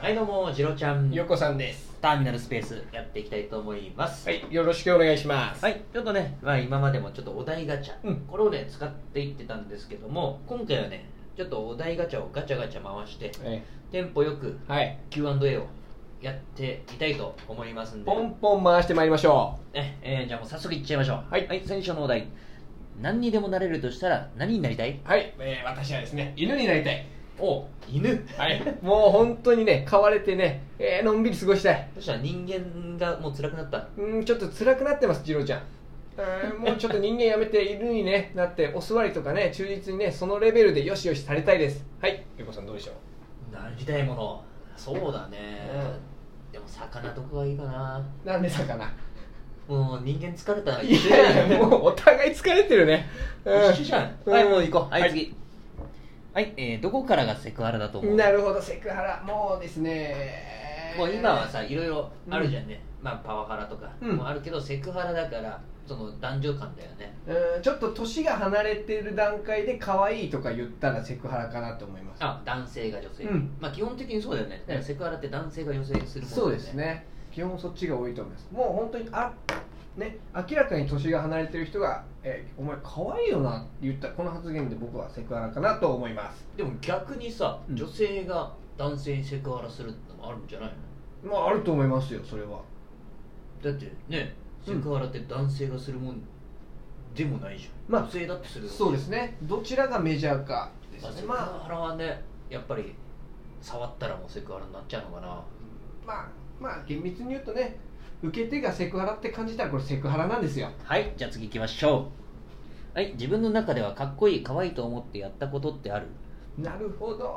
はいどうもジロちゃんよこさんです。ターミナルスペースやっていきたいと思いますはい、よろしくお願いします。はい、ちょっとね、まあ、今までもちょっとお題ガチャ、うんこれをね使っていってたんですけども今回はねちょっとお題ガチャをガチャガチャ回してえテンポよくえはい、 Q&A をやっていきたいと思いますんでポンポン回してまいりましょねえーじゃあもう早速いっちゃいましょうはい。最初のお題何にでもなれるとしたら何になりたいうはい、えー私はですね、犬になりたい。お犬はい、もう本当にね、飼われてね、えーのんびり過ごしたい。そしたら人間がもう辛くなったうん、ちょっと辛くなってます、次郎ちゃん。えーもうちょっと人間やめて犬に、ね、なってお座りとかね忠実にねそのレベルでよしよしされたいですはいよこさんどうでしょうなりたいものそうだね、でも魚とかがいいかななんで魚もう人間疲れたいやいやもうお互い疲れてるね、うん一緒じゃんうんはいもう行こうはい、はい次はい、えーどこからがセクハラだと思うなるほどセクハラもうですねもう今はさいろいろあるじゃんね、まあパワハラとかうんもあるけど、セクハラだからその男女間だよねうんちょっと年が離れてる段階で可愛いとか言ったらセクハラかなと思いますあ男性が女性、うんまあ基本的にそうだよねだからセクハラって男性が女性にするもんだよそうですね基本そっちが多いと思いますもう本当にあね明らかに年が離れてる人が「えお前可愛いよな」って言ったこの発言で僕はセクハラかなと思いますでも逆にさうん女性が男性にセクハラするってのもあるんじゃないのまああると思いますよそれはだってねセうんクハラって男性がするもんでもないじゃん、まあ女性だってするそうですすねどちらがメジャーかでまあ、すセねクまあハラはねやっぱり触ったらもうセクハラになっちゃうのかなまあまあ厳密に言うとね受け手がセクハラって感じたらこれセクハラなんですよはいじゃあ次行きましょうはい自分の中ではかっこいい可愛いと思ってやったことってあるなるほど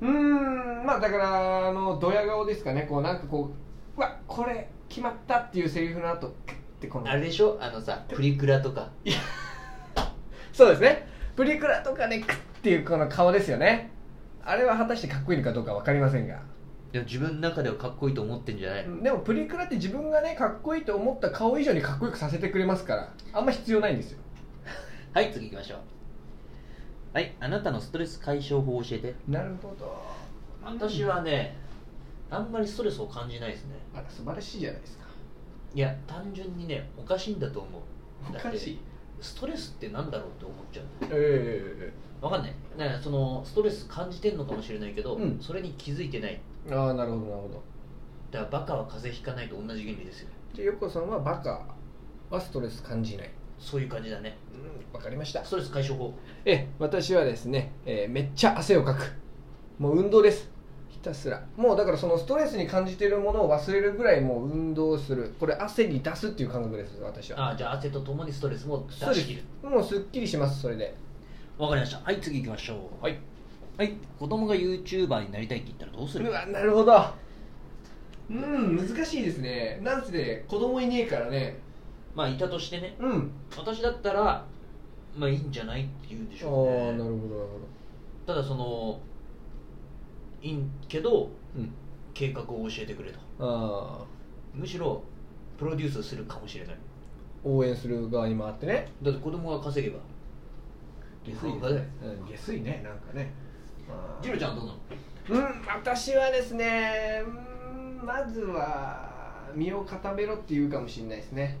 うーんまあだからあのドヤ顔ですかねこうなんかこううわこれ決まったっていうセリフの後クッてこのあれでしょあのさプリクラとかそうですねプリクラとかねクッっていうこの顔ですよねあれは果たしてかっこいいのかどうか分かりませんがでも自分の中ではかっこいいと思ってんじゃない、でもプリクラって自分がねかっこいいと思った顔以上にかっこよくさせてくれますからあんま必要ないんですよはい次行きましょうはいあなたのストレス解消法を教えてなるほど私はねあんまりストレスを感じないですねあら素晴らしいじゃないですかいや単純にねおかしいんだと思うおかしいストレスってなんだろうって思っちゃうえわかんないだからそのストレス感じてんのかもしれないけど、うんそれに気づいてないえああなるほどなるほどだからバカは風邪ひかないと同じ原理ですよじゃあヨッコさんはバカはストレス感じないそういう感じだねわかりましたストレス解消法ええ私はですね、えーめっちゃ汗をかくもう運動ですひたすらもうだからそのストレスに感じているものを忘れるぐらいもう運動するこれ汗に出すっていう感覚です私はああじゃあ汗とともにストレスも出そうしです切るもうすっきりしますそれでわかりましたはい次行きましょうはいはい子供が YouTuber になりたいって言ったらどうすうるわなるほどうん難しいですねなんせね子供いねえからねまあいたとしてねうん私だったらまあいいんじゃないって言うんでしああょうなるほどなねるほただそのいいんけどどうん計画を教えてくれとああむしろプロデュースするかもしれない応援する側に回ってねだって子供が稼げばうん、下水ねなんかねジロちゃんはどうなのうん私はですねうんまずは身を固めろって言うかもしれないですね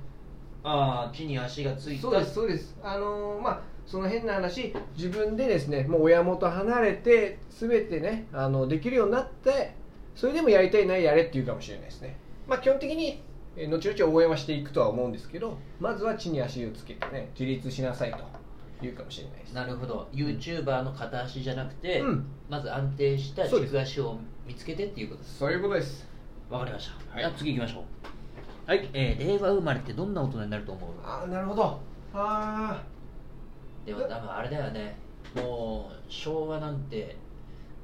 ああ地に足がついたそうですそうですあのーまあその変な話自分でですねもう親元離れて全てねあのできるようになってそれでもやりたいなやれって言うかもしれないですねまあ基本的にえー後々応援はしていくとは思うんですけどまずは地に足をつけてね自立しなさいと言うかもしれないですなるほど YouTuber の片足じゃなくて、うんまず安定したそうです軸足を見つけてっていうことですそういうことですわかりました、はいじゃあ次行きましょうはい、えー令和生まれってどんな大人になると思うああなるほどあでも多分あれだよねもう昭和なんて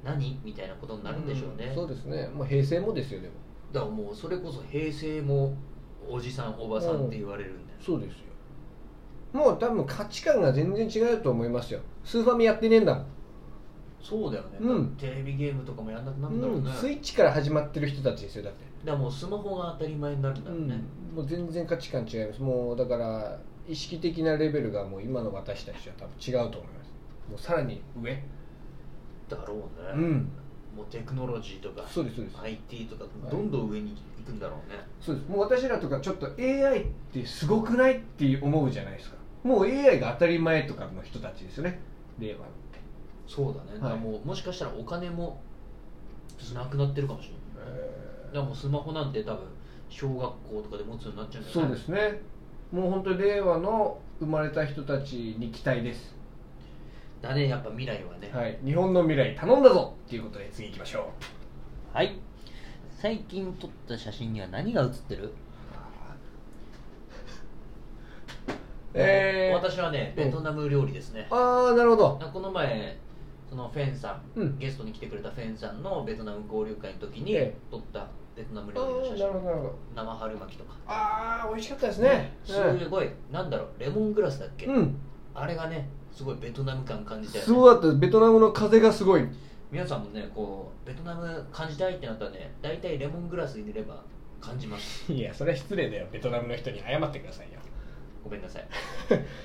何みたいなことにあなるんでしょうね、そうですねもう平成もですよでもだからもうそれこそ平成もおじさんおばさんって言われるんだよ、そうですよもう多分価値観が全然違うと思いますよスーファミやってねえんだもんそうだよね、うんテレビゲームとかもやんなくなるんだろううね、ん、だスかイッチから始まってる人たちですよだって、らもうスマホが当たり前になるんだろうね、もう全然価値観違いますもうだから意識的なレベルがもう今の私たちは多分違うと思いますもうさらに上だろうね、うんもうテクノロジーとかそうですそうです IT とかどんどん上に行くんだろうね、そうですもう私らとかちょっと AI ってすごくないって思うじゃないですかもう AI が当たり前とかの人たちですよね令和のそうだね、だからもうもしかしたらお金もなくなってるかもしれないだからもうスマホなんて多分小学校とかで持つようになっちゃうんじゃそうないですねもう本当に令和の生まれた人たちに期待です、だねやっぱ未来はねはい、日本の未来頼んだぞっていうことで次行きましょうはい最近撮った写真には何が写ってるえー、私はねベトナム料理ですね、ああなるほどこの前そのフェンさん、うんゲストに来てくれたフェンさんのベトナム交流会の時にええ撮ったベトナムあ料理のー写な真るほどなるほど生春巻きとかああ美味しかったですねすごい、なんだろうレモングラスだっけ、うん、うん、あれがねすごいベトナム感感じたよすねごかったですベトナムの風がすごい皆さんもねこうベトナム感じたいってなったらね大体レモングラス入れれば感じますいやそれは失礼だよベトナムの人に謝ってくださいよごめんな さい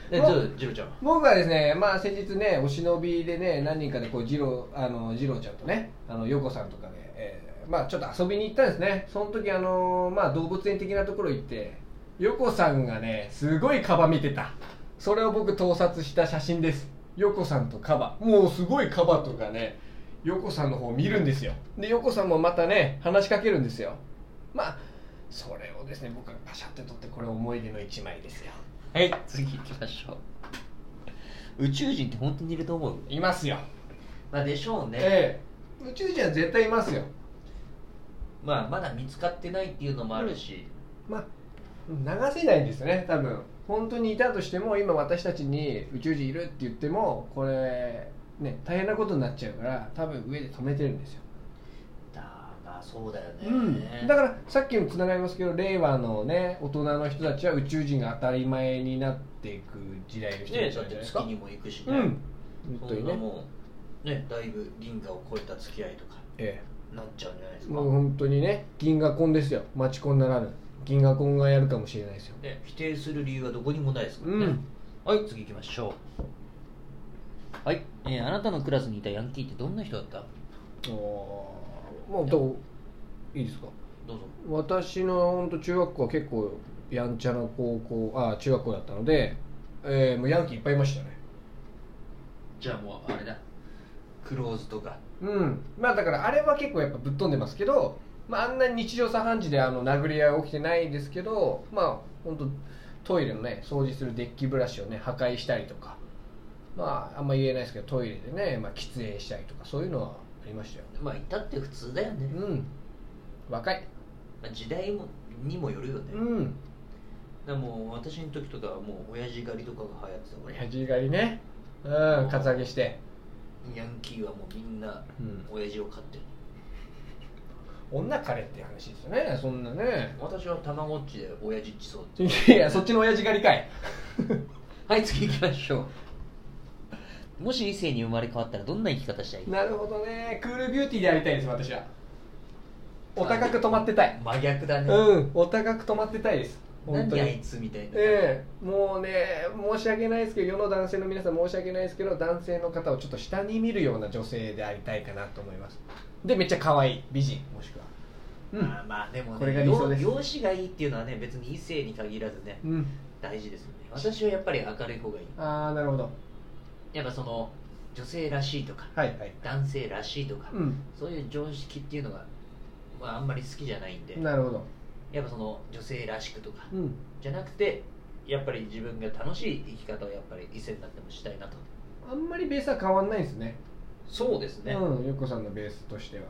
でちもうょっとジロちゃんは僕はですね、まあ、先日ねお忍びでね何人かでこうジロあのジロちゃんとねあのヨコさんとかで、えーまあ、ちょっと遊びに行ったんですねその時あの、まあ、動物園的なところ行ってヨコさんがねすごいカバ見てたそれを僕盗撮した写真ですヨコさんとカバもうすごいカバとかねヨコさんの方を見るんですよでヨコさんもまたね話しかけるんですよまあそれをですね僕がパシャって撮ってこれ思い出の一枚ですよはい次行きましょう宇宙人って本当にいると思ういますよまあでしょうね、ええ宇宙人は絶対いますよまあまだ見つかってないっていうのもあるし、まあ流せないんですよね多分本当にいたとしても今私たちに宇宙人いるって言ってもこれね大変なことになっちゃうから多分上で止めてるんですよ、だまあそうだよね、だからさっきもつながりますけど令和のね大人の人たちは宇宙人が当たり前になっていく時代の人ねたちだなっんじゃてないです月かにも行くしうね、ん本そ当んになね、もうねだいぶ銀河を超えた付き合いとかえなっちゃうんじゃないでえすか、もう本当にね銀河コンですよマチコンならぬ銀河コンがやるかもしれないですよね、否定する理由はどこにもないですからね、うんはい次行きましょうはい、えーあなたのクラスにいたヤンキーってどんな人だったおーもうどういいですかどうぞ私の本当中学校は結構やんちゃな高校あ中学校だったので、えーもうヤンキーいっぱいいましたねじゃあもうあれだクローズとかうんまあだからあれは結構やっぱぶっ飛んでますけど、まあ、あんなに日常茶飯事であの殴り合いは起きてないですけどまあ本当トイレのね掃除するデッキブラシをね破壊したりとかまああんま言えないですけどトイレでね、まあ、喫煙したりとかそういうのはありましたよまあいたって普通だよね、うん若いまあ、時代もにもよるよね、だかうんらもう私の時とかはもう親父狩りとかが流行ってた俺親父狩りねうんカツアゲしてヤンキーはもうみんなうん親父を飼ってる、女カレっていう話ですよねそんなね私はたまごっちで親父っちそうって いやそっちの親父狩りかいはい次行きましょうもし異性に生まれ変わったらどんな生き方したい なるほどねクールビューティーでやりたいです私はお高く止まってたい真逆だね、うんお高く止まってたいです本当何あいにつみたいな、ええもうね申し訳ないですけど世の男性の皆さん申し訳ないですけど男性の方をちょっと下に見るような女性でありたいかなと思いますでめっちゃ可愛い美人もしくはまあまあでもねこれが理想です容容姿がいいっていうのはね別に異性に限らずねうん、うん、大事ですよね私はやっぱり明るい方がいいああなるほどやっぱその女性らしいとかはいはい男性らしいとか、うんそういう常識っていうのが、まあ、あんまり好きじゃないんでなるほどやっぱその女性らしくとかうんじゃなくてやっぱり自分が楽しい生き方をやっぱり異性になってもしたいなとあんまりベースは変わんないですねそうですね、うんゆっこさんのベースとしては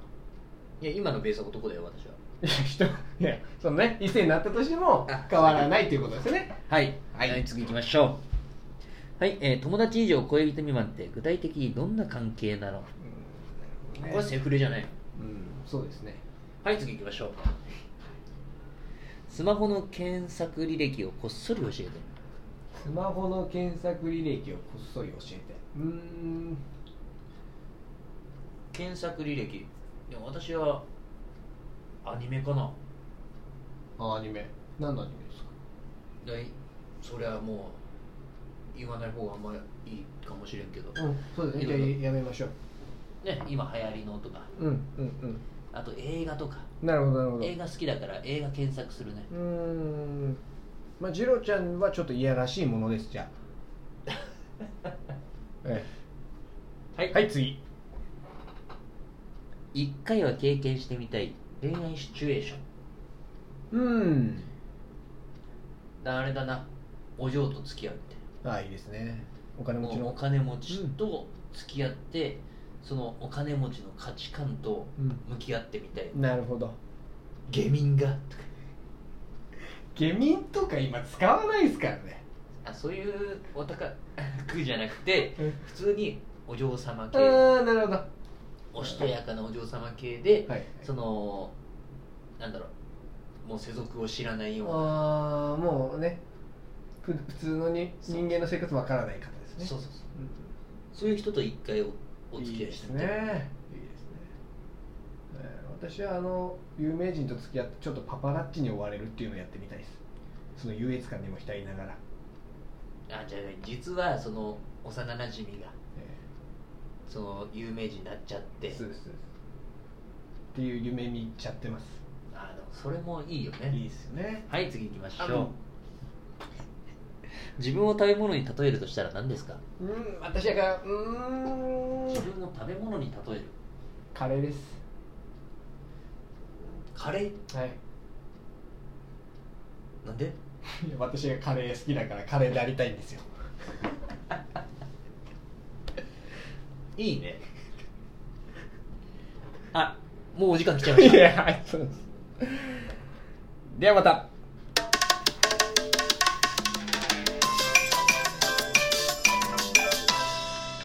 いや今のベースは男だよ私はいや人いやそのね異性になったとしてもあ変わらないということですよねはい、はい次行きましょうはい、えー友達以上恋人未満って具体的にどんな関係なのうんこれセフレじゃないのうんそうですねはい次行きましょうスマホの検索履歴をこっそり教えてスマホの検索履歴をこっそり教えてうーん検索履歴でも私はアニメかなあアニメ何のアニメですかでそれはもう言わない方があんまりいいかもしれんけどうんそうですねじゃあやめましょうね、今流行りのとかうんうんあと映画とかうんなるほどなるほど映画好きだから映画検索するねうーんまあ、ジロちゃんはちょっといやらしいものですじゃ あ、えはえはい次一回は経験してみたい恋愛シチュエーションうんあれだなお嬢と付き合うみたいなああいいですねお金持ちおの金持ちと付き合って、そのお金持ちの価値観とうん向き合ってみたいなるほど下民がとか下民とか今使わないですからねあそういうお高くじゃなくてうん普通にお嬢様あ系あなるほどはおしとやかなお嬢様系でいそのなんだろうもう世俗を知らないようなああもうねふ普通のにそう人間の生活わからない方ですねそうそうそううんそういう人と一回おおい付いき合でいしすてみたいねいいですね、えー私はあの有名人と付き合ってちょっとパパラッチに追われるっていうのをやってみたいですその優越感にも浸りながら、あじゃあ実はその幼なじみがえその有名人になっちゃっーてそうですそうですっていう夢見ちゃってますあでもそれもいいよねいいですよねはい次行きましあょうの自分を食べ物に例えるとしたら何ですかうん私だからうー自ん分を食べ物に例えるカレーですカレーはいなんでいや私がカレー好きだからカレーでありたいんですよいいねあもうお時間来ちゃいましいたやはいそうですではまた